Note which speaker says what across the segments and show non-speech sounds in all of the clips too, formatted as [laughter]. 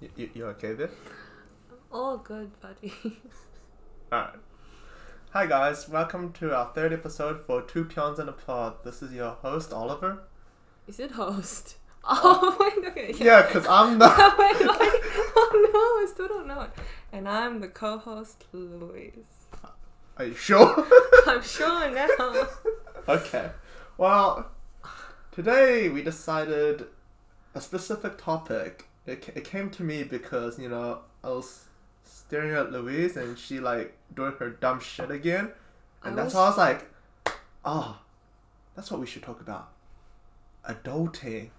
Speaker 1: You, you, you okay there?
Speaker 2: All good, buddy. [laughs]
Speaker 1: Alright. Hi guys, welcome to our third episode for Two Peons and a Pod. This is your host, Oliver.
Speaker 2: Is it host? Oh, [laughs] wait, okay.
Speaker 1: Yeah, because I'm the...
Speaker 2: [laughs] Oh my god. Oh no, I still don't know it. And I'm the co host, [laughs] Louise.
Speaker 1: Are you sure? [laughs]
Speaker 2: I'm sure now.
Speaker 1: okay. Well, today we decided a specific topic. It, ca- it came to me because, you know, I was staring at Louise and she, like, doing her dumb shit again. And
Speaker 2: I
Speaker 1: that's
Speaker 2: was-
Speaker 1: why I was like, oh, that's what we should talk about. Adulting.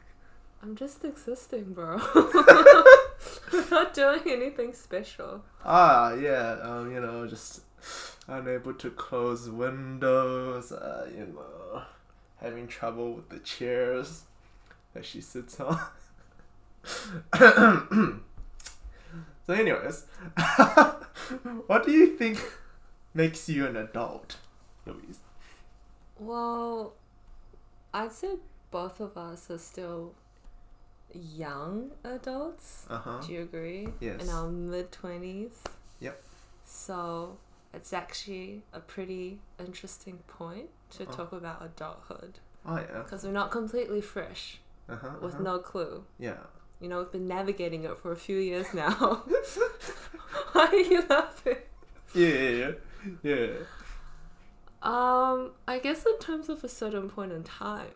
Speaker 2: I'm just existing, bro. [laughs] I'm not doing anything special.
Speaker 1: Ah, yeah, um, you know, just unable to close windows, uh, you know, having trouble with the chairs that she sits on. [coughs] so, anyways, [laughs] what do you think makes you an adult, Louise?
Speaker 2: Well, I'd say both of us are still young adults.
Speaker 1: Uh huh.
Speaker 2: Do you agree?
Speaker 1: Yes.
Speaker 2: In our mid 20s.
Speaker 1: Yep.
Speaker 2: So it's actually a pretty interesting point to
Speaker 1: Uh-uh.
Speaker 2: talk about adulthood
Speaker 1: Oh, yeah.
Speaker 2: because we're not completely fresh
Speaker 1: Uh huh.
Speaker 2: with no clue.
Speaker 1: Yeah. [laughs]
Speaker 2: You know, we've been navigating it for a few years [laughs] now. Why are you laughing?
Speaker 1: Yeah, yeah, yeah. yeah.
Speaker 2: Um, I guess in terms of a certain point in time,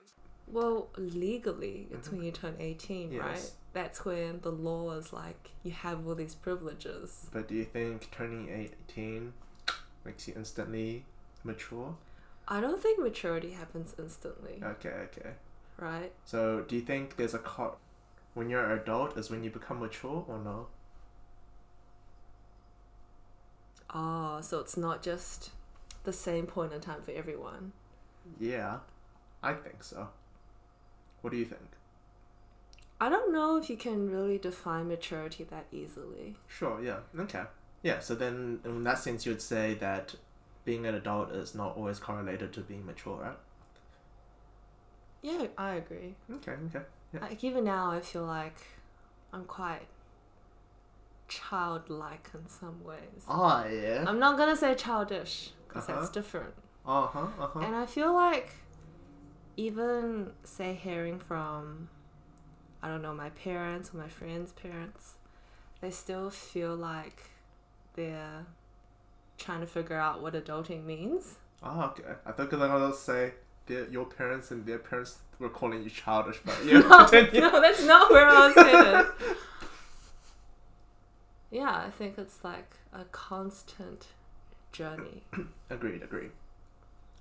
Speaker 2: well, legally, it's when you turn 18, right?
Speaker 1: Mm-hmm. Yes.
Speaker 2: That's when the law is like, you have all these privileges.
Speaker 1: But do you think turning 18 makes you instantly mature?
Speaker 2: I don't think maturity happens instantly,
Speaker 1: Okay, okay.
Speaker 2: right?
Speaker 1: So, do you think there's a cor- when you're an adult is when you become mature or no?
Speaker 2: Oh, so it's not just the same point in time for everyone.
Speaker 1: Yeah, I think so. What do you think?
Speaker 2: I don't know if you can really define maturity that easily.
Speaker 1: Sure. Yeah. Okay. Yeah. So then, in that sense, you'd say that being an adult is not always correlated to being mature, right?
Speaker 2: Yeah, I agree.
Speaker 1: Okay. Okay. Yeah.
Speaker 2: Like even now, I feel like I'm quite childlike in some ways.
Speaker 1: Ah, yeah.
Speaker 2: I'm not gonna say childish because
Speaker 1: Uh-huh.
Speaker 2: that's different.
Speaker 1: Uh huh. Uh huh.
Speaker 2: And I feel like even say hearing from I don't know my parents or my friends' parents, they still feel like they're trying to figure out what adulting means. [laughs]
Speaker 1: Ah, okay. I thought because I was gonna say their, your parents and their parents were calling you childish, [laughs] but yeah.
Speaker 2: no,
Speaker 1: continue.
Speaker 2: no, that's not where I was headed. yeah, I think it's like a constant journey.
Speaker 1: Agreed, agreed.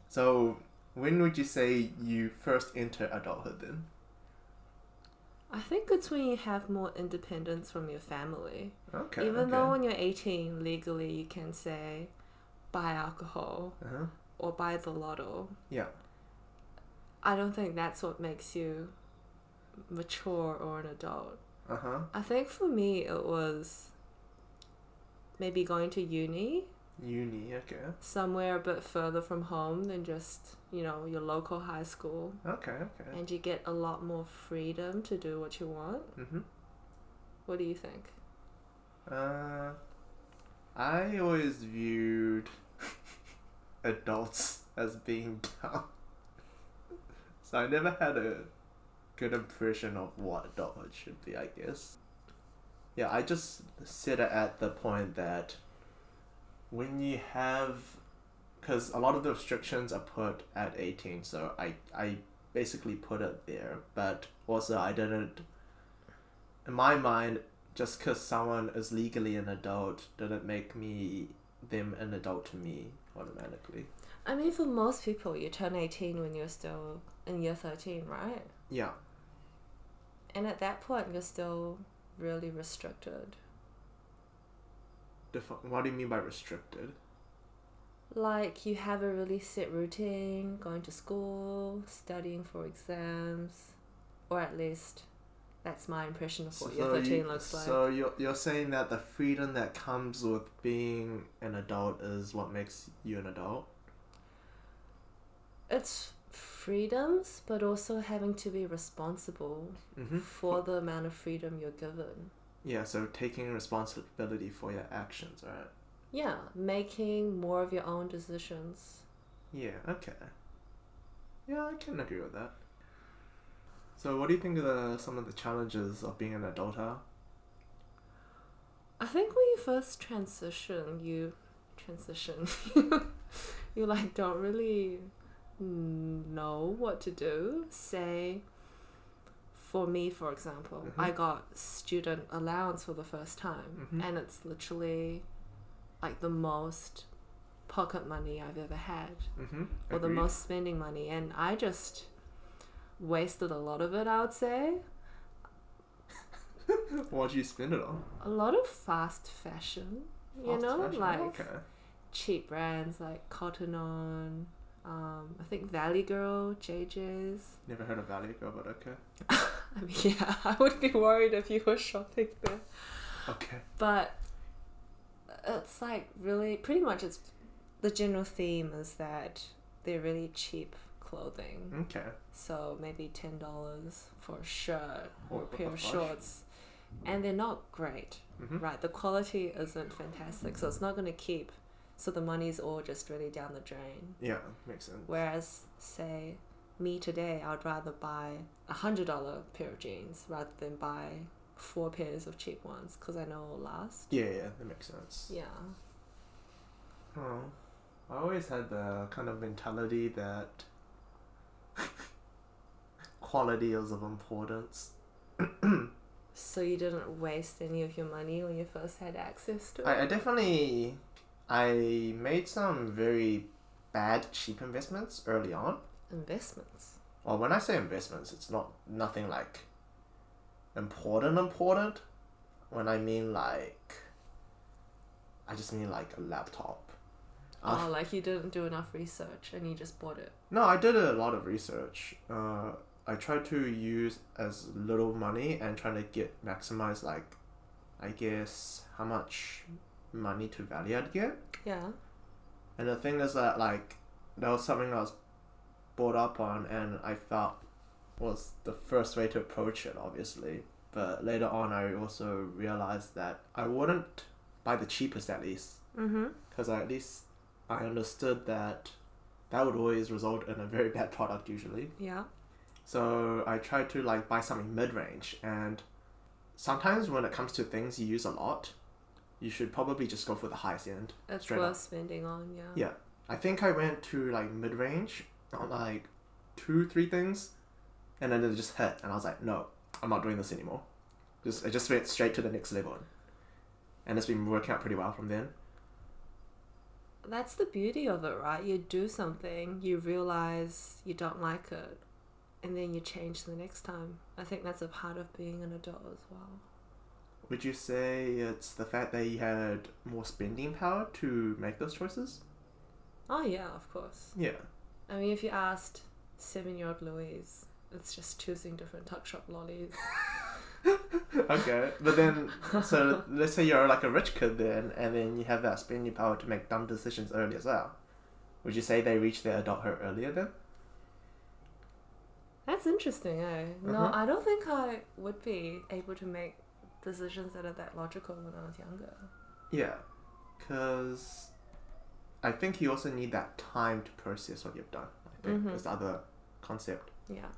Speaker 1: So, when would you say you first enter adulthood then?
Speaker 2: I think it's when you have more independence from your family.
Speaker 1: Okay.
Speaker 2: Even
Speaker 1: okay.
Speaker 2: though when you're 18, legally you can say buy alcohol
Speaker 1: Uh-huh.
Speaker 2: or buy the lotto.
Speaker 1: Yeah.
Speaker 2: I don't think that's what makes you mature or an adult.
Speaker 1: Uh huh.
Speaker 2: I think for me it was maybe going to uni
Speaker 1: Uni, okay.
Speaker 2: somewhere a bit further from home than just, you know, your local high school
Speaker 1: Okay, okay.
Speaker 2: and you get a lot more freedom to do what you want.
Speaker 1: Mm-hmm.
Speaker 2: What do you think?
Speaker 1: Uh, I always viewed [laughs] adults as being dumb. so I never had a good impression of what adulthood should be, I guess. Yeah, I just sit at the point that when you have. Because a lot of the restrictions are put at 18, so I, I basically put it there. But also, I didn't. In my mind, just because someone is legally an adult doesn't make me them an adult to me automatically.
Speaker 2: I mean, for most people, you turn 18 when you're still in year 13, right?
Speaker 1: Yeah.
Speaker 2: And at that point, you're still really restricted.
Speaker 1: Defi- what do you mean by restricted?
Speaker 2: Like, you have a really set routine going to school, studying for exams, or at least that's my impression of what year 13
Speaker 1: you-
Speaker 2: looks like.
Speaker 1: so you're, you're saying that the freedom that comes with being an adult is what makes you an adult?
Speaker 2: It's freedoms, but also having to be responsible
Speaker 1: Mm-hmm.
Speaker 2: for the amount of freedom you're given.
Speaker 1: Yeah, so taking responsibility for your actions, right?
Speaker 2: Yeah, making more of your own decisions.
Speaker 1: Yeah, okay. Yeah, I can agree with that. So, what do you think of the, some of the challenges of being an adult are?
Speaker 2: I think when you first transition, you transition. [laughs] you like don't really know what to do. Say, for me, for example,
Speaker 1: Mhm.
Speaker 2: I got student allowance for the first time,
Speaker 1: Mhm.
Speaker 2: and it's literally like the most pocket money I've ever had,
Speaker 1: Mm-hmm.
Speaker 2: or the most spending money, and I just wasted a lot of it. I would say
Speaker 1: What do you spend it on?
Speaker 2: a lot of fast fashion. You
Speaker 1: Fast
Speaker 2: know,
Speaker 1: fashion?
Speaker 2: like
Speaker 1: Okay.
Speaker 2: cheap brands like Cotton On, um, I think Valley Girl, JJ's.
Speaker 1: Never heard of Valley Girl, but okay.
Speaker 2: I mean, [laughs] yeah, I would be worried if you were shopping there.
Speaker 1: Okay.
Speaker 2: But it's like really, pretty much, it's the general theme is that they're really cheap clothing.
Speaker 1: Okay.
Speaker 2: So maybe ten dollars for a shirt or
Speaker 1: What
Speaker 2: a
Speaker 1: the
Speaker 2: pair of
Speaker 1: flush?
Speaker 2: shorts, and they're not great.
Speaker 1: Mm-hmm.
Speaker 2: Right, the quality isn't fantastic, so it's not going to keep. So the money's all just really down the drain.
Speaker 1: Yeah, makes sense.
Speaker 2: Whereas, say, me today, I'd rather buy a hundred dollar pair of jeans rather than buy four pairs of cheap ones because I know it'll last.
Speaker 1: Yeah, yeah, that makes sense.
Speaker 2: Yeah.
Speaker 1: Oh, I always had the kind of mentality that [laughs] quality is of importance.
Speaker 2: So you didn't waste any of your money when you first had access to it.
Speaker 1: I, I definitely, I made some very bad cheap investments early on.
Speaker 2: Investments.
Speaker 1: Well, when I say investments, it's not nothing like important important. When I mean like, I just mean like a laptop. I
Speaker 2: oh, like you didn't do enough research and you just bought it.
Speaker 1: No, I did a lot of research. Uh, I tried to use as little money and trying to get maximize like, I guess how much money to value I'd get.
Speaker 2: Yeah.
Speaker 1: And the thing is that like that was something I was brought up on and I felt was the first way to approach it obviously. But later on I also realized that I wouldn't buy the cheapest at least
Speaker 2: Mm-hmm.
Speaker 1: because I at least I understood that that would always result in a very bad product usually.
Speaker 2: Yeah.
Speaker 1: So I tried to like buy something mid range, and sometimes when it comes to things you use a lot, you should probably just go for the highest end.
Speaker 2: It's
Speaker 1: Straight up.
Speaker 2: worth spending on. Yeah.
Speaker 1: Yeah. I think I went to like mid range on like two three things, and then it just hit, and I was like, no, I'm not doing this anymore. Just I just went straight to the next level, and it's been working out pretty well from then.
Speaker 2: That's the beauty of it, right? You do something, you realize you don't like it, and then you change the next time. I think that's a part of being an adult as well.
Speaker 1: Would you say it's the fact that you had more spending power to make those choices?
Speaker 2: Oh, yeah, of course.
Speaker 1: Yeah.
Speaker 2: I mean, if you asked seven year old Louise, it's just choosing different tuck shop lollies.
Speaker 1: [laughs] Okay, but then so let's say you're like a rich kid then, and then you have that spending power to make dumb decisions early as well. Would you say they reach their adulthood earlier then?
Speaker 2: That's interesting, eh? No,
Speaker 1: Uh-huh.
Speaker 2: I don't think I would be able to make decisions that are that logical when I was younger.
Speaker 1: Yeah, because I think you also need that time to process what you've done. I think
Speaker 2: Mhm.
Speaker 1: is the other concept,
Speaker 2: Yeah.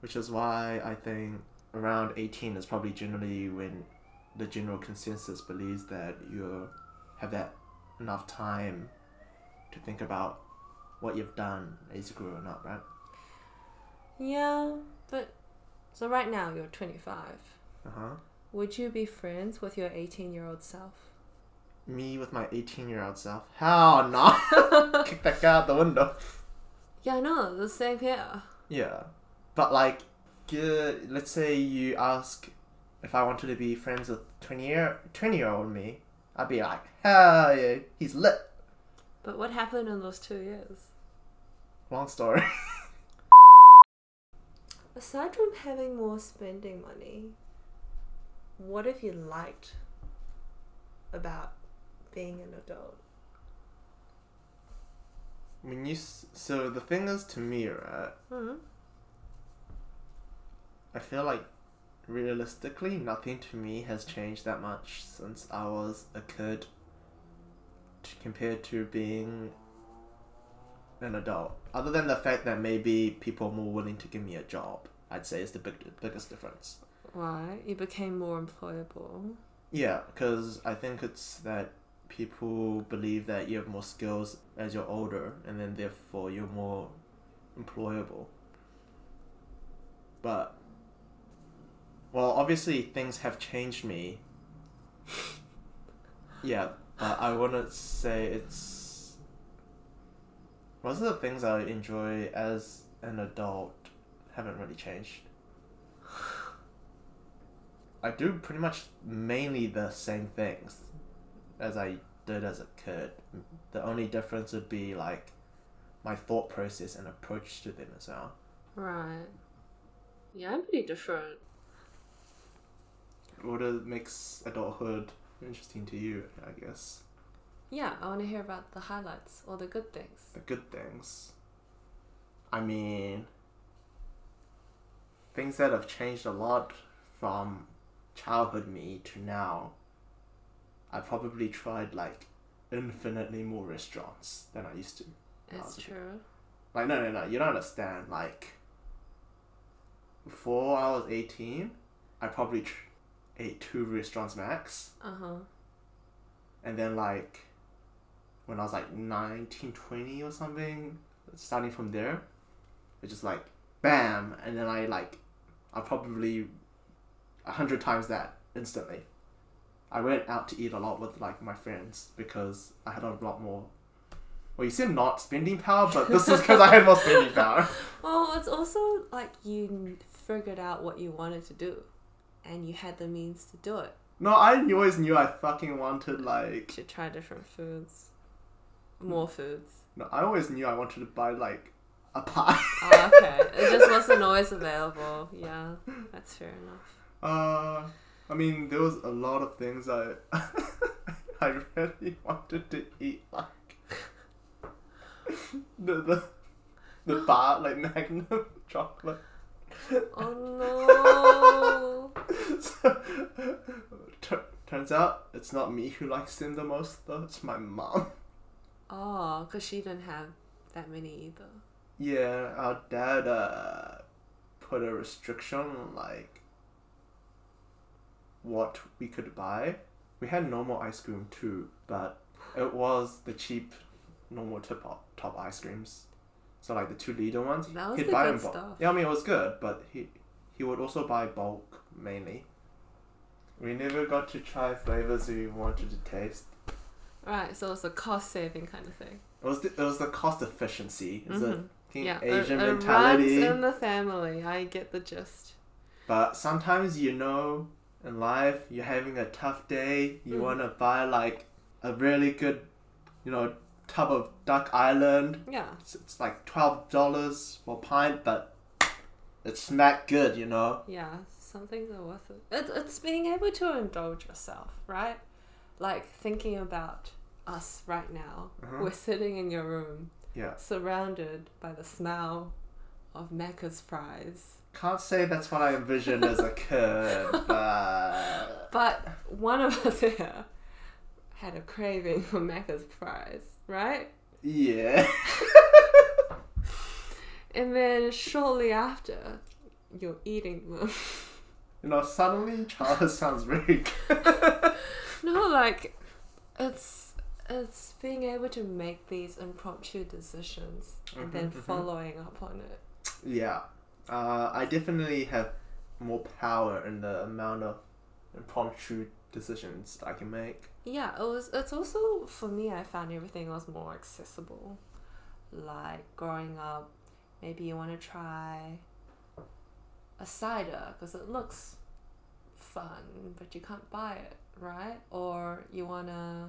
Speaker 1: which is why I think around eighteen is probably generally when the general consensus believes that you have that enough time to think about what you've done, is grew or not, right?
Speaker 2: Yeah, but so right now you're 25.
Speaker 1: Uh huh.
Speaker 2: Would you be friends with your 18 year old self?
Speaker 1: me with my 18 year old self. Hell no! [laughs] Kick that guy out the window.
Speaker 2: Yeah, I know, the same here.
Speaker 1: Yeah. But like, g- let's say you ask if I wanted to be friends with 20 year 20 year old me, I'd be like, hell yeah, he's lit.
Speaker 2: But what happened in those two years?
Speaker 1: Long story. [laughs]
Speaker 2: Aside from having more spending money, what have you liked about being an adult?
Speaker 1: when you s- so the thing is to me, right?
Speaker 2: Hmm.
Speaker 1: I feel like realistically, nothing to me has changed that much since I was a kid t- compared to being an adult. Other than the fact that maybe people are more willing to give me a job, I'd say is the big, biggest difference.
Speaker 2: Why? You became more employable.
Speaker 1: Yeah, because I think it's that people believe that you have more skills as you're older, and then therefore you're more employable. But, well, obviously things have changed me. yeah, but I wouldn't say it's. Most of the things I enjoy as an adult haven't really changed. I do pretty much mainly the same things as I did as a kid. The only difference would be like my thought process and approach to them as well.
Speaker 2: Right. Yeah, I'm pretty different.
Speaker 1: What it makes adulthood interesting to you, I guess.
Speaker 2: Yeah, I want to hear about the highlights or the good things.
Speaker 1: The good things. I mean, things that have changed a lot from childhood me to now. I probably tried like infinitely more restaurants than I used to. when I
Speaker 2: It's
Speaker 1: was a kid.
Speaker 2: true.
Speaker 1: Like no no no, you don't understand. Like before I was eighteen, I probably tr- ate two restaurants max,
Speaker 2: Uh huh.
Speaker 1: and then like when I was like 19, 20 or something, starting from there, it's just like bam, and then I like I probably a hundred times that instantly. I went out to eat a lot with like my friends because I had a lot more. Well, you said not spending power, but this is because I had more spending power.
Speaker 2: Well, it's also like you figured out what you wanted to do, and you had the means to do it.
Speaker 1: No, I always knew I fucking wanted like.
Speaker 2: should try different foods,
Speaker 1: Hmm.
Speaker 2: more foods.
Speaker 1: No, I always knew I wanted to buy like a pie. [laughs]
Speaker 2: Oh, okay. it just wasn't always available. Yeah, that's fair enough.
Speaker 1: Uh, I mean, there was a lot of things I [laughs] I really wanted to eat, like [laughs] the the the bar like Magnum [laughs] chocolate.
Speaker 2: Oh no!
Speaker 1: So, tur turns out it's not me who likes them the most though; it's my mom.
Speaker 2: Oh, because she didn't have that many either.
Speaker 1: Yeah, our dad uh, put a restriction on like what we could buy. We had normal ice cream too, but it was the cheap normal tip top, top ice creams. So like the two liter ones,
Speaker 2: That was
Speaker 1: he'd
Speaker 2: the
Speaker 1: buy
Speaker 2: good
Speaker 1: in bulk.
Speaker 2: stuff.
Speaker 1: Yeah, I mean it was good, but he he would also buy bulk mainly. We never got to try flavors we wanted to taste.
Speaker 2: Right, so it's a cost saving kind of thing.
Speaker 1: It was the, it was the cost efficiency. It's a
Speaker 2: Mhm.
Speaker 1: fucking
Speaker 2: yeah, it-
Speaker 1: Asian
Speaker 2: it,
Speaker 1: mentality.
Speaker 2: runs in the family. I get the gist.
Speaker 1: But sometimes you know in life you're having a tough day, you
Speaker 2: Mhm.
Speaker 1: wanna buy like a really good, you know, tub of Duck Island.
Speaker 2: Yeah.
Speaker 1: It's, it's like twelve dollars for a pint, but it's smack good, you know.
Speaker 2: Yeah, some things are worth it. it. It's being able to indulge yourself, right? Like thinking about us right now.
Speaker 1: Uh-huh.
Speaker 2: We're sitting in your room,
Speaker 1: Yeah,
Speaker 2: surrounded by the smell of Macca's fries.
Speaker 1: can't say that's what I envisioned as a kid, but
Speaker 2: But one of us [laughs] here had a craving for Macca's fries, right?
Speaker 1: yeah,
Speaker 2: And then shortly after, you're eating them.
Speaker 1: you know, suddenly childhood [laughs] sounds very
Speaker 2: No, like it's it's being able to make these impromptu decisions and then
Speaker 1: Mhm, mhm.
Speaker 2: following up on it.
Speaker 1: Yeah. Uh, I definitely have more power in the amount of impromptu decisions I can make.
Speaker 2: Yeah, it was it's also for me I found everything was more accessible. Like growing up, maybe you want to try a cider because it looks fun, but you can't buy it, right? Or you want to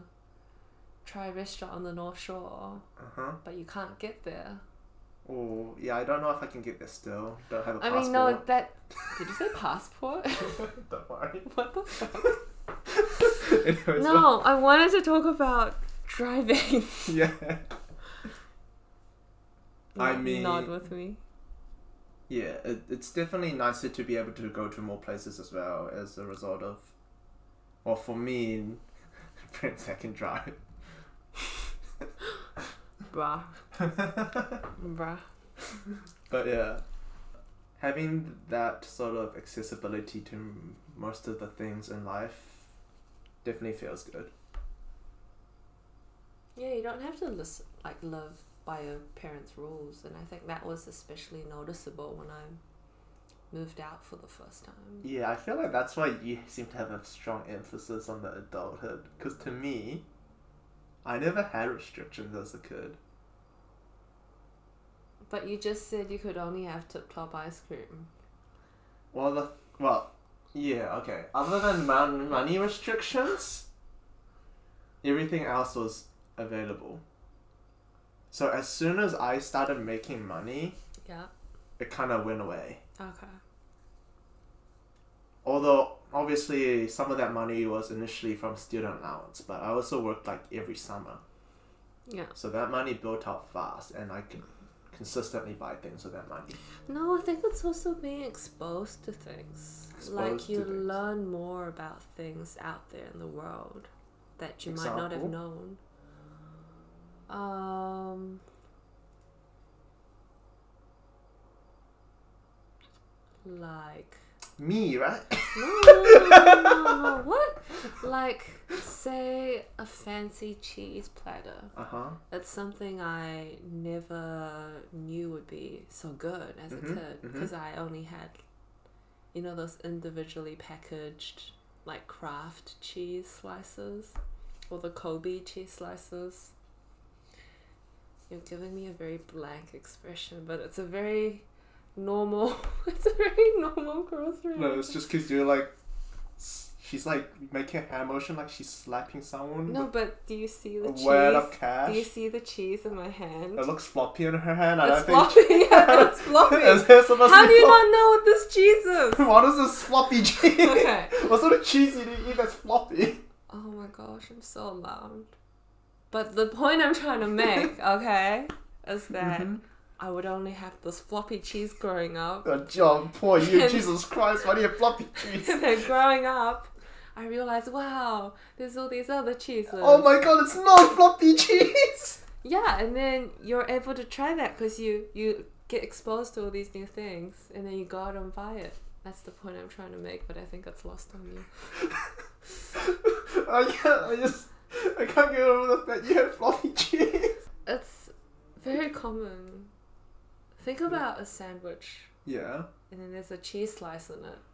Speaker 2: try a restaurant on the North Shore,
Speaker 1: Uh huh.
Speaker 2: but you can't get there.
Speaker 1: Oh, yeah, I don't know if I can get this still. Don't have a
Speaker 2: I
Speaker 1: passport.
Speaker 2: mean, no, that. Did you say passport? [laughs]
Speaker 1: [laughs] don't worry.
Speaker 2: what the
Speaker 1: [laughs]
Speaker 2: fuck?
Speaker 1: Anyways,
Speaker 2: No, I wanted to talk about driving.
Speaker 1: [laughs] Yeah. I
Speaker 2: Nod-
Speaker 1: mean-
Speaker 2: Nod with me.
Speaker 1: Yeah, it, it's definitely nicer to be able to go to more places as well as a result of, well, for me, [laughs] friends that can drive. [laughs]
Speaker 2: Bruh. Bruh.
Speaker 1: But yeah, having that sort of accessibility to m- most of the things in life definitely feels good.
Speaker 2: Yeah, you don't have to lis- like live by your parents' rules, and I think that was especially noticeable when I moved out for the first time.
Speaker 1: Yeah, I feel like that's why you seem to have a strong emphasis on the adulthood. Because to me, I never had restrictions as a kid.
Speaker 2: But you just said you could only have tip top ice cream.
Speaker 1: Well, the well, yeah, okay. Other than mon- money restrictions, everything else was available. So as soon as I started making money,
Speaker 2: Yeah.
Speaker 1: it kind of went away.
Speaker 2: Okay.
Speaker 1: Although obviously some of that money was initially from student allowance, but I also worked like every summer,
Speaker 2: Yeah.
Speaker 1: so that money built up fast, and I could consistently buy things with that money.
Speaker 2: No, I think it's also being exposed to things.
Speaker 1: Exposed
Speaker 2: like
Speaker 1: to
Speaker 2: you
Speaker 1: things.
Speaker 2: learn more about things out there in the world that you might not have
Speaker 1: Example?
Speaker 2: known. Um, like
Speaker 1: Me, right?
Speaker 2: no, no, no, no, no, no, what? Like say a fancy cheese platter.
Speaker 1: Uh huh.
Speaker 2: That's something I never knew would be so good as a
Speaker 1: Mhm,
Speaker 2: kid
Speaker 1: mhm.
Speaker 2: because I only had, you know, those individually packaged like craft cheese slices or the Kobe cheese slices. You're giving me a very blank expression, but it's a very normal. [laughs] it's a very normal grocery.
Speaker 1: No, it's just because you're like, s- she's like making a hand motion like she's slapping someone
Speaker 2: No, but do you see the
Speaker 1: with a
Speaker 2: cheese?
Speaker 1: wad of
Speaker 2: Do you
Speaker 1: cash.
Speaker 2: see the cheese in my hand?
Speaker 1: It looks floppy in her hand. I don't
Speaker 2: It's
Speaker 1: think.
Speaker 2: floppy.
Speaker 1: [laughs]
Speaker 2: [laughs] yeah, it's floppy.
Speaker 1: Is there supposed
Speaker 2: How
Speaker 1: to
Speaker 2: do
Speaker 1: be
Speaker 2: you
Speaker 1: flop-
Speaker 2: not know what this cheese
Speaker 1: [laughs]
Speaker 2: is?
Speaker 1: What is this floppy cheese?
Speaker 2: Okay.
Speaker 1: what sort of cheese do you eat that's floppy?
Speaker 2: [laughs]
Speaker 1: [laughs]
Speaker 2: Oh my gosh, I'm so loud. But the point I'm trying
Speaker 1: [laughs]
Speaker 2: to make, okay, is that
Speaker 1: Mhm.
Speaker 2: I would only have this floppy cheese growing up. [laughs]
Speaker 1: Oh, John, poor you.
Speaker 2: And-
Speaker 1: Jesus Christ, why do you have floppy cheese?
Speaker 2: [laughs] and then growing up, I realized, wow, there's all these other cheeses.
Speaker 1: Oh my god, it's not floppy cheese! [laughs]
Speaker 2: yeah, and then you're able to try that because you you get exposed to all these new things, and then you go out and buy it. That's the point I'm trying to make, but I think it's lost on you.
Speaker 1: I, can't, I just. I can't get over the fact you have floppy [laughs] cheese.
Speaker 2: It's very common. Think
Speaker 1: Mm.
Speaker 2: about a sandwich, [laughs]
Speaker 1: Yeah.
Speaker 2: and then there's a cheese slice in it. [laughs]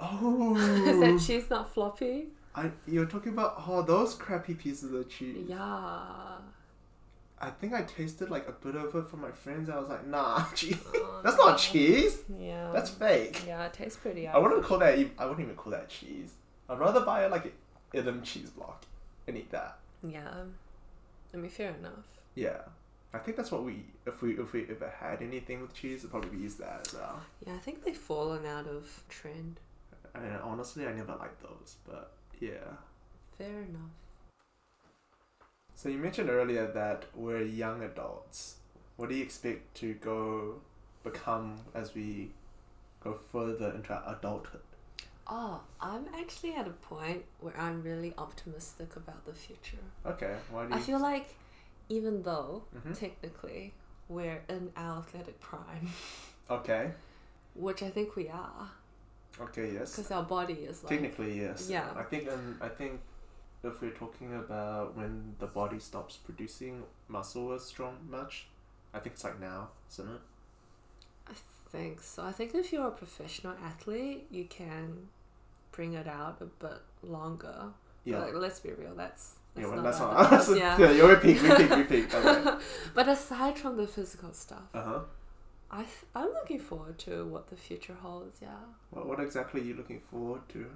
Speaker 1: Oh.
Speaker 2: Is that cheese not floppy?
Speaker 1: I you're talking about oh those crappy pieces of cheese.
Speaker 2: Yeah.
Speaker 1: I think I tasted like a bit of it from my friends. I was like, nah, [laughs] cheese.
Speaker 2: Oh,
Speaker 1: That's not
Speaker 2: no.
Speaker 1: cheese.
Speaker 2: Yeah.
Speaker 1: That's fake.
Speaker 2: Um, yeah. It tastes pretty.
Speaker 1: I wouldn't call that. Even, I wouldn't even call that cheese. I'd rather buy like an Idem cheese block and eat that.
Speaker 2: Yeah. I mean, fair enough.
Speaker 1: Yeah, I think that's what we if we if we ever had anything with cheese, it'd probably use that as well.
Speaker 2: Yeah, I think they've fallen out of trend.
Speaker 1: I mean, honestly, I never liked those, but yeah.
Speaker 2: Fair enough.
Speaker 1: So you mentioned earlier that we're young adults. What do you expect to go become as we go further into our adulthood?
Speaker 2: Oh, I'm actually at a point where I'm really optimistic about the future.
Speaker 1: Okay, why do you?
Speaker 2: I feel like, even though
Speaker 1: Mhm.
Speaker 2: technically we're in our athletic prime,
Speaker 1: Okay,
Speaker 2: which I think we are,
Speaker 1: okay, yes.
Speaker 2: because our body is like
Speaker 1: Technically, yes.
Speaker 2: Yeah.
Speaker 1: I think, um, I think, if we're talking about when the body stops producing muscle as strong much, I think it's like now, isn't it?
Speaker 2: I think so. I think if you're a professional athlete, you can bring it out a bit longer.
Speaker 1: Yeah.
Speaker 2: But let's be real, that's,
Speaker 1: yeah,
Speaker 2: that's
Speaker 1: well,
Speaker 2: not
Speaker 1: that's
Speaker 2: our
Speaker 1: not. [laughs] yeah.
Speaker 2: best, yeah.
Speaker 1: yeah, you're repeat, repeat,
Speaker 2: [laughs]
Speaker 1: repeat. Okay.
Speaker 2: But aside from the physical stuff,
Speaker 1: Uh huh.
Speaker 2: I th-
Speaker 1: Uh.
Speaker 2: I'm looking forward to what the future holds. Yeah,
Speaker 1: What, what exactly are you looking forward to?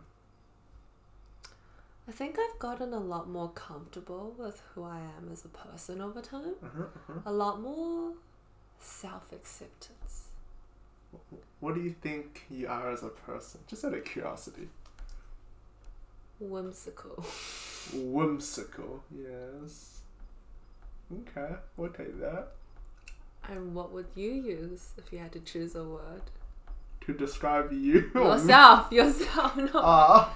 Speaker 2: I think I've gotten a lot more comfortable with who I am as a person over time.
Speaker 1: Uh huh. Uh-huh.
Speaker 2: A lot more self acceptance.
Speaker 1: What do you think you are as a person? Just out of curiosity.
Speaker 2: whimsical.
Speaker 1: Whimsical, yes. Okay, we'll take that.
Speaker 2: And what would you use if you had to choose a word?
Speaker 1: to describe you. or me.
Speaker 2: Yourself, [laughs] yourself, no.
Speaker 1: [laughs] Ah,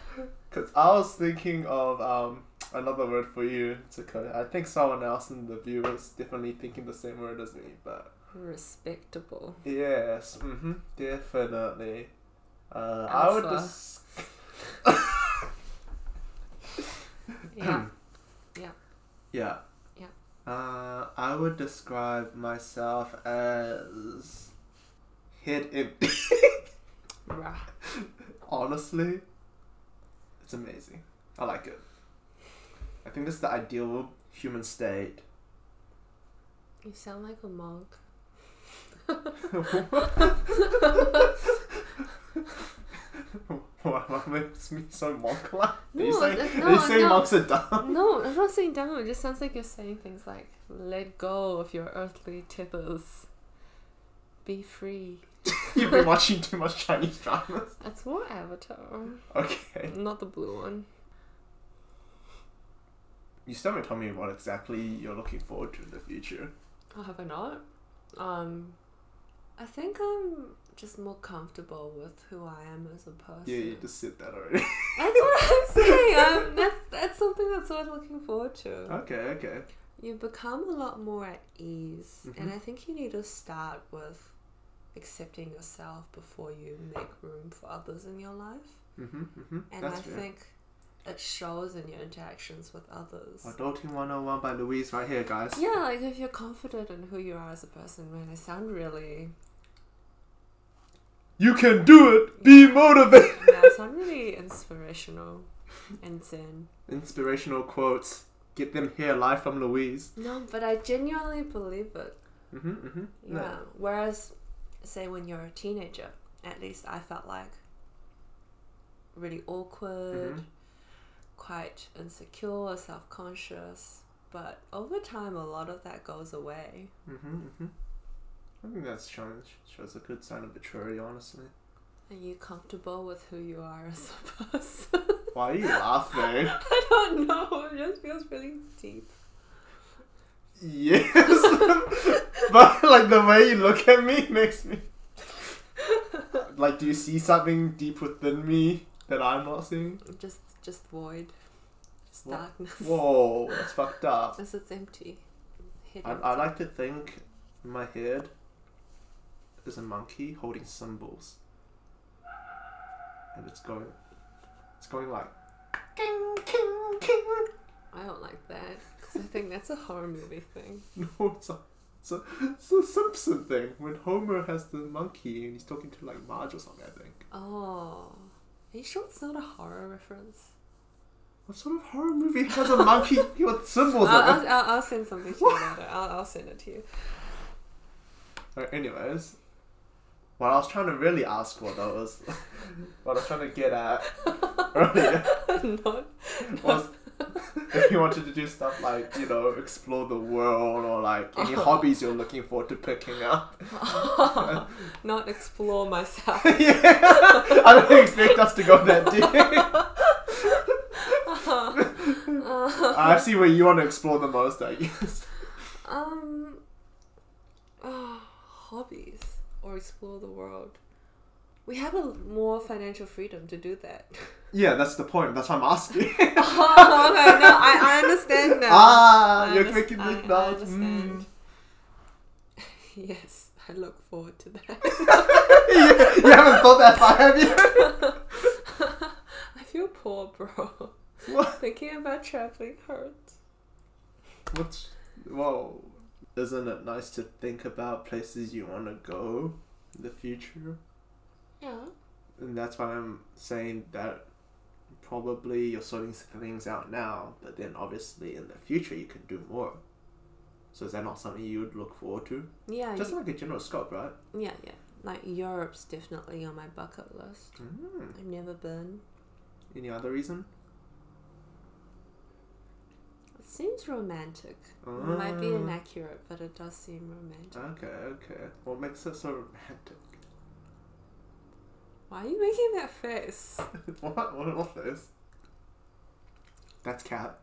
Speaker 1: because I was thinking of um another word for you, Dakota. I think someone else in the view is definitely thinking the same word as me, but
Speaker 2: Respectable.
Speaker 1: [clears throat] yes, mm-hmm, definitely. Uh, I would
Speaker 2: Alpha.
Speaker 1: just.
Speaker 2: Yeah.
Speaker 1: Hmm. Yeah.
Speaker 2: Yeah.
Speaker 1: Uh, I would describe myself as head empty.
Speaker 2: Rah.
Speaker 1: [laughs] Honestly, it's amazing. I like it. I think this is the ideal human state. [laughs]
Speaker 2: You sound like a [laughs] monk.
Speaker 1: Wow, that makes me so monk-like. Are you
Speaker 2: No,
Speaker 1: saying,
Speaker 2: that-
Speaker 1: are you
Speaker 2: no,
Speaker 1: saying [laughs]
Speaker 2: no.
Speaker 1: monks are
Speaker 2: [laughs]
Speaker 1: dumb?
Speaker 2: No, I'm not saying down. It just sounds like you're saying things like, let go of your earthly tethers. Be free.
Speaker 1: You've been watching too much Chinese dramas.
Speaker 2: That's more Avatar.
Speaker 1: Okay.
Speaker 2: Not the blue one.
Speaker 1: You still haven't told me what exactly you're looking forward to in the future.
Speaker 2: Oh, have I not? Um, I think I'm just more comfortable with who I am as a person.
Speaker 1: Yeah, you just said that already. [laughs]
Speaker 2: That's what I'm [laughs] saying. Um, that's, that's something that's worth looking forward to.
Speaker 1: okay, okay.
Speaker 2: You become a lot more at ease, and
Speaker 1: Mhm.
Speaker 2: I think you need to start with accepting yourself before you make room for others in your life.
Speaker 1: Mm-hmm, mm-hmm.
Speaker 2: And
Speaker 1: That's
Speaker 2: I
Speaker 1: fair.
Speaker 2: think it shows in your interactions with others.
Speaker 1: Adulting 101 by Louise right here, guys.
Speaker 2: Yeah, like if you're confident in who you are as a person, man, I sound really,
Speaker 1: You can do it! Be motivated!
Speaker 2: yeah, I sound really inspirational and zen.
Speaker 1: Inspirational quotes. Get them here live from Louise.
Speaker 2: No, but I genuinely believe it.
Speaker 1: Mm-hmm, mm-hmm.
Speaker 2: Yeah. Whereas, say when you're a teenager, at least I felt like really awkward,
Speaker 1: Mhm.
Speaker 2: quite insecure, self conscious. But over time, a lot of that goes away.
Speaker 1: Mm-hmm, mm-hmm. I think that's shown, shows a good sign of maturity, honestly.
Speaker 2: Are you comfortable with who you are as a [laughs] person?
Speaker 1: Why are you laughing?
Speaker 2: [laughs] I don't know. It just feels really deep.
Speaker 1: yes! [laughs] but, like, the way you look at me makes me. Like, do you see something deep within me that I'm not seeing?
Speaker 2: Just, just void. Just
Speaker 1: What?
Speaker 2: darkness.
Speaker 1: Whoa, that's fucked up.
Speaker 2: As it's empty. Head
Speaker 1: I, I
Speaker 2: empty.
Speaker 1: like to think my head is a monkey holding cymbals, and it's going, it's going like, king, king, king. [laughs]
Speaker 2: I don't like that because I think that's a horror movie thing.
Speaker 1: No, it's a, it's a, it's a Simpson thing when Homer has the monkey and he's talking to like Marge or something. I think.
Speaker 2: Oh. Are you sure it's not a horror reference?
Speaker 1: What sort of horror movie has a monkey [laughs] with cymbals?
Speaker 2: I'll,
Speaker 1: on it?
Speaker 2: I'll, I'll, I'll send something to you later. I'll, I'll send it to you. [laughs]
Speaker 1: Alright, anyways, what I was trying to really ask for though was, [laughs] what I was trying to get at earlier.
Speaker 2: not, [laughs]
Speaker 1: was [laughs] if you wanted to do stuff like you know explore the world or like any
Speaker 2: Oh.
Speaker 1: hobbies you're looking forward to picking up [laughs]
Speaker 2: not explore myself. [laughs]
Speaker 1: yeah i don't expect us to go that deep i see where you want to explore the most i guess
Speaker 2: Um, ah, hobbies or explore the world. We have a l- more financial freedom to do that. [laughs]
Speaker 1: yeah that's the point that's why i'm asking
Speaker 2: oh, okay, no, I, I understand now.
Speaker 1: ah
Speaker 2: I
Speaker 1: you're
Speaker 2: underst-
Speaker 1: making me
Speaker 2: I- I
Speaker 1: doubt mm.
Speaker 2: understand. [laughs] Yes, I look forward to that. [laughs]
Speaker 1: you haven't thought that far have you
Speaker 2: I feel poor, bro.
Speaker 1: What?
Speaker 2: [laughs] Thinking about traveling hurts.
Speaker 1: what's whoa isn't it nice to think about places you want to go in the future
Speaker 2: Yeah.
Speaker 1: and that's why I'm saying that probably you're sorting things out now, but then obviously in the future you can do more. So is that not something you would look forward to?
Speaker 2: Yeah.
Speaker 1: Just
Speaker 2: y-
Speaker 1: like a general scope, right?
Speaker 2: yeah, yeah. Like Europe's definitely on my bucket list.
Speaker 1: Mm.
Speaker 2: I've never been.
Speaker 1: Any other reason?
Speaker 2: It seems romantic. It might be
Speaker 1: Ah.
Speaker 2: inaccurate, but it does seem romantic.
Speaker 1: Okay, okay. What makes it so romantic?
Speaker 2: Why are you making that face?
Speaker 1: [laughs] what? What was this? That's cat.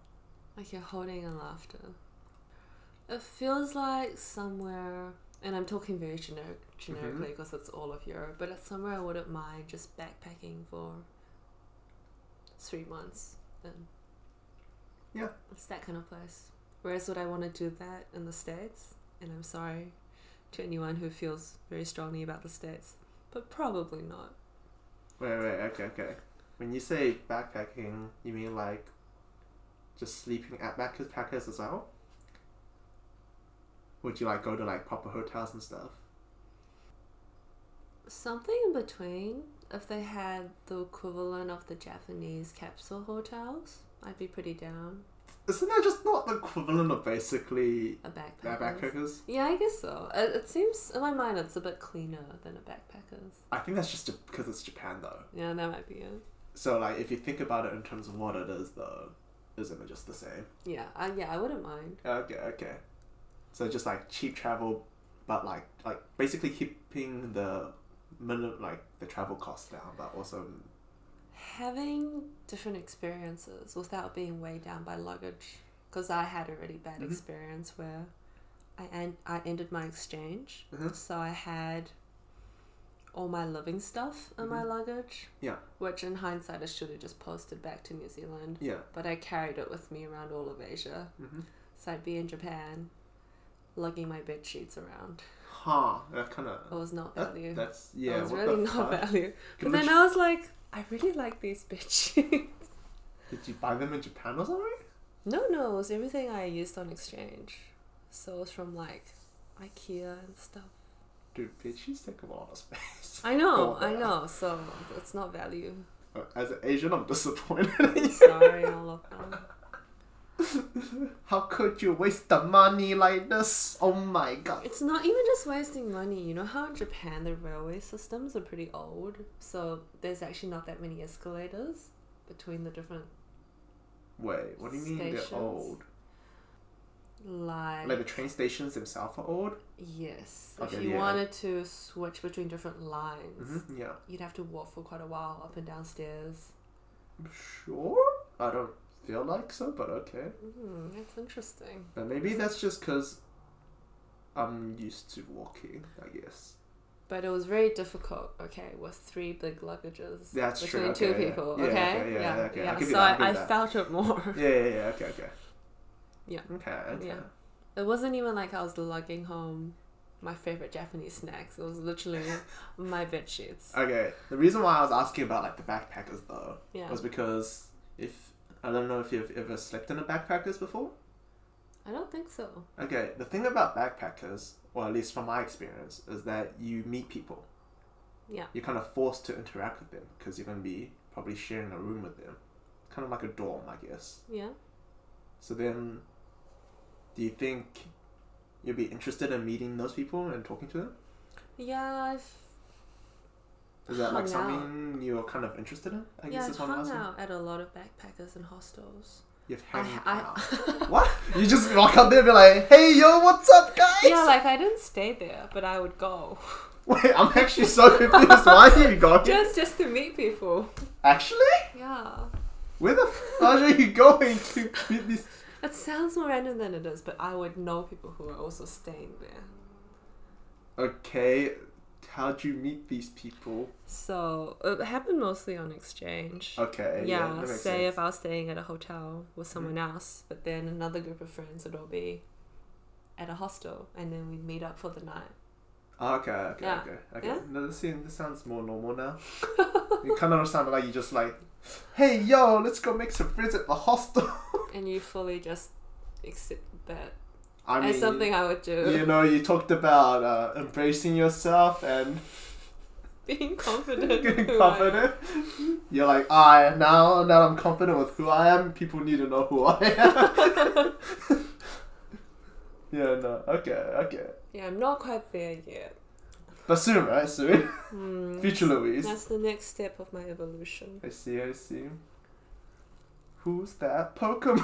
Speaker 2: Like you're holding a laughter. It feels like somewhere and I'm talking very generic, generically because it's all of Europe, but it's somewhere I wouldn't mind just backpacking for three months. And
Speaker 1: Yeah.
Speaker 2: it's that kind of place. Whereas would I want to do that in the states? And I'm sorry to anyone who feels very strongly about the states, but probably not.
Speaker 1: Wait, wait, okay, okay. When you say backpacking, you mean like just sleeping at backpackers as well? Would you like go to like proper hotels and stuff?
Speaker 2: Something in between. If they had the equivalent of the Japanese capsule hotels, I'd be pretty down.
Speaker 1: Isn't that just not the equivalent of basically
Speaker 2: A backpacker.
Speaker 1: their backpackers?
Speaker 2: Yeah, I guess so. It, it seems in my mind it's a bit cleaner than a backpacker's.
Speaker 1: I think that's just because it's Japan though.
Speaker 2: Yeah, that might be it.
Speaker 1: So like if you think about it in terms of what it is though, isn't it just the same?
Speaker 2: Yeah, I, yeah, I wouldn't mind.
Speaker 1: Okay, okay. So just like cheap travel, but like like basically keeping the minimum like the travel cost down, but also
Speaker 2: Having different experiences without being weighed down by luggage, because I had a really bad
Speaker 1: Mhm.
Speaker 2: experience where I en- I ended my exchange,
Speaker 1: Mhm.
Speaker 2: so I had all my living stuff in my luggage.
Speaker 1: Yeah.
Speaker 2: Which in hindsight I should have just posted back to New Zealand,
Speaker 1: yeah.
Speaker 2: but I carried it with me around all of Asia.
Speaker 1: Mm-hmm.
Speaker 2: So I'd be in Japan, lugging my bed sheets around.
Speaker 1: Huh. That kind of.
Speaker 2: It was not
Speaker 1: That,
Speaker 2: value.
Speaker 1: that's yeah.
Speaker 2: it was
Speaker 1: what
Speaker 2: really
Speaker 1: the
Speaker 2: not
Speaker 1: fuck?
Speaker 2: value.
Speaker 1: [laughs]
Speaker 2: But
Speaker 1: Could
Speaker 2: then
Speaker 1: you-
Speaker 2: I was like, I really like these bed sheets. [laughs]
Speaker 1: Did you buy them in Japan or something?
Speaker 2: no, no, it was everything I used on exchange. So it was from like IKEA and stuff.
Speaker 1: Dude, bitches take up a lot of space.
Speaker 2: I know,
Speaker 1: Oh,
Speaker 2: I
Speaker 1: wow.
Speaker 2: know. So it's not
Speaker 1: [laughs]
Speaker 2: value.
Speaker 1: As an Asian, I'm disappointed. [laughs]
Speaker 2: I'm sorry, all of them.
Speaker 1: How could you waste the money like this? Oh my god.
Speaker 2: It's not even just wasting money. You know how in Japan the railway systems are pretty old, so there's actually not that many escalators between the different
Speaker 1: Wait, what do you mean
Speaker 2: Stations.
Speaker 1: they're old?
Speaker 2: like.
Speaker 1: Like the train stations themselves are old.
Speaker 2: Yes. if
Speaker 1: Okay,
Speaker 2: you
Speaker 1: yeah.
Speaker 2: wanted to switch between different lines,
Speaker 1: Mm-hmm. Yeah.
Speaker 2: you'd have to walk for quite a while up and downstairs.
Speaker 1: Sure. I don't feel like so, but okay.
Speaker 2: Mm, that's interesting.
Speaker 1: But maybe that's just because I'm used to walking. I guess.
Speaker 2: But it was very difficult, okay, with three big luggages
Speaker 1: That's true,
Speaker 2: between two
Speaker 1: okay, yeah.
Speaker 2: people,
Speaker 1: Yeah,
Speaker 2: okay?
Speaker 1: okay, yeah, okay, I can do
Speaker 2: So
Speaker 1: that, I can do
Speaker 2: I, I
Speaker 1: that.
Speaker 2: felt it more.
Speaker 1: Yeah. Yeah. yeah okay. Okay.
Speaker 2: Yeah.
Speaker 1: Okay. Okay.
Speaker 2: Yeah. It wasn't even like I was lugging home my favorite Japanese snacks. It was
Speaker 1: [laughs]
Speaker 2: literally my bed sheets.
Speaker 1: Okay, the reason why I was asking about like the backpackers though
Speaker 2: Yeah.
Speaker 1: was because if I don't know if you've ever slept in a backpackers before.
Speaker 2: I don't think so.
Speaker 1: Okay, the thing about backpackers, or at least from my experience, is that you meet people.
Speaker 2: Yeah.
Speaker 1: You're kind of forced to interact with them because you're going to be probably sharing a room with them, kind of like a dorm, I guess.
Speaker 2: Yeah.
Speaker 1: So then, do you think you'll be interested in meeting those people and talking to them?
Speaker 2: Yeah, I've
Speaker 1: Is that like
Speaker 2: Hung out.
Speaker 1: something you're kind of interested in? I
Speaker 2: yeah,
Speaker 1: guess
Speaker 2: I've
Speaker 1: is what I'm
Speaker 2: hung
Speaker 1: asking.
Speaker 2: out at a lot of backpackers and hostels.
Speaker 1: You've
Speaker 2: I,
Speaker 1: hung out.
Speaker 2: [laughs] I,
Speaker 1: What? You just walk up there and be like, hey yo, what's up guys?
Speaker 2: yeah, like I [laughs] didn't stay there, but I would go
Speaker 1: [laughs] Wait, I'm actually so confused. Why are you going?
Speaker 2: just just to meet people.
Speaker 1: Actually?
Speaker 2: Yeah,
Speaker 1: Where the fuck are you going to meet these
Speaker 2: it sounds more random than it is, but I would know people who are also staying there.
Speaker 1: Okay, how'd you meet these people?
Speaker 2: So it happened mostly on exchange.
Speaker 1: Okay, Uh, yeah,
Speaker 2: yeah,
Speaker 1: that makes
Speaker 2: say
Speaker 1: sense. Mm-hmm.
Speaker 2: if I was staying at a hotel with someone else, but then another group of friends would all be at a hostel, and then we'd meet up for the night.
Speaker 1: Oh, okay, okay,
Speaker 2: Yeah.
Speaker 1: okay, okay.
Speaker 2: Yeah?
Speaker 1: No, this, seems, this sounds more normal
Speaker 2: [laughs]
Speaker 1: now. it kind of sounded like you just like, hey yo, let's go make some friends at the hostel.
Speaker 2: And you fully just accept that
Speaker 1: [laughs] I mean,
Speaker 2: as something I would do.
Speaker 1: you know, you talked about uh, embracing yourself and
Speaker 2: [laughs] Being confident.
Speaker 1: [laughs] getting
Speaker 2: [laughs] who I am.
Speaker 1: confident. You're like, I now that I'm confident with who I am, people need to know who I am. [laughs] yeah, no, okay, okay.
Speaker 2: Yeah, I'm not quite there yet.
Speaker 1: But soon, right? Soon.
Speaker 2: Hmm.
Speaker 1: Future Louise.
Speaker 2: That's the next step of my evolution.
Speaker 1: I see, I see. Who's that Pokemon?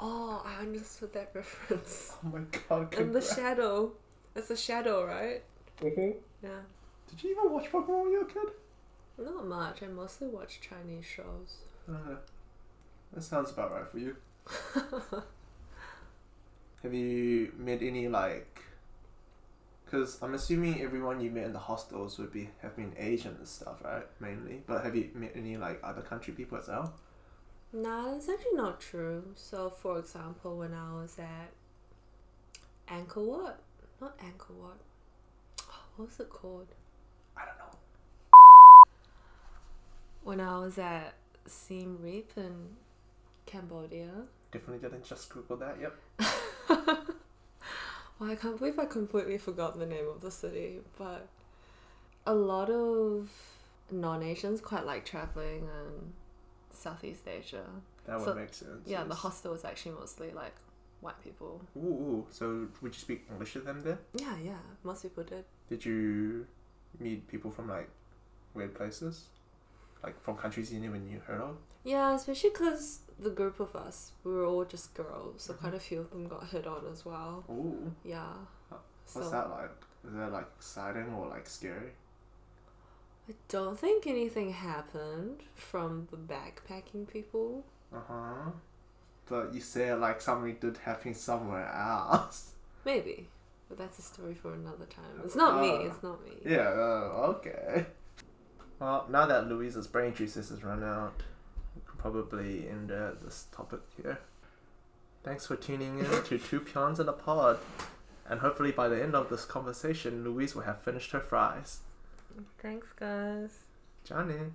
Speaker 2: Oh, I understood that
Speaker 1: [laughs]
Speaker 2: reference.
Speaker 1: Oh my god,
Speaker 2: And the
Speaker 1: congrats.
Speaker 2: shadow. It's a shadow, right?
Speaker 1: Mhm.
Speaker 2: Yeah.
Speaker 1: Did you even watch Pokemon when you were a kid?
Speaker 2: Not much. I mostly watch Chinese shows. [laughs]
Speaker 1: Uh, that sounds about right for you. Have you met any, like, Because I'm assuming everyone you met in the hostels would be have been Asian and stuff, right? Mainly, but have you met any like other country people as well?
Speaker 2: No, that's actually not true. So, for example, when I was at Angkor Wat, not Angkor Wat, [gasps] what was it called?
Speaker 1: I don't know.
Speaker 2: When I was at Siem Reap in Cambodia. [laughs]
Speaker 1: Definitely didn't just Google that. Yep.
Speaker 2: Well, I can't believe I completely forgot the name of the city, but a lot of non Asians quite like traveling in Southeast Asia.
Speaker 1: That would
Speaker 2: So-
Speaker 1: make sense.
Speaker 2: Yeah, the
Speaker 1: yes.
Speaker 2: hostel was actually mostly like white people.
Speaker 1: Ooh, ooh, so would you speak English to them there?
Speaker 2: Yeah, yeah, most people did.
Speaker 1: Did you meet people from like weird places, like from countries you never knew heard of?
Speaker 2: Yeah, especially because the group of us, we were all just girls, so
Speaker 1: Mhm.
Speaker 2: quite a few of them got hit on as well.
Speaker 1: Ooh,
Speaker 2: Yeah.
Speaker 1: Oh,
Speaker 2: So
Speaker 1: what's that like? Is that like exciting or like scary?
Speaker 2: I don't think anything happened from the backpacking people.
Speaker 1: Uh huh. But you say like something did happen somewhere [laughs] else.
Speaker 2: Maybe. But that's a story for another time. It's not me,
Speaker 1: Ah.
Speaker 2: it's not me.
Speaker 1: yeah. Uh, okay. Well, now that Louisa's brain juices has run out, we can probably end uh, this topic here. Thanks for tuning in [laughs] to Two Peons in a Pod, and hopefully by the end of this conversation, Louise will have finished her fries.
Speaker 2: Thanks, guys.
Speaker 1: Johnny.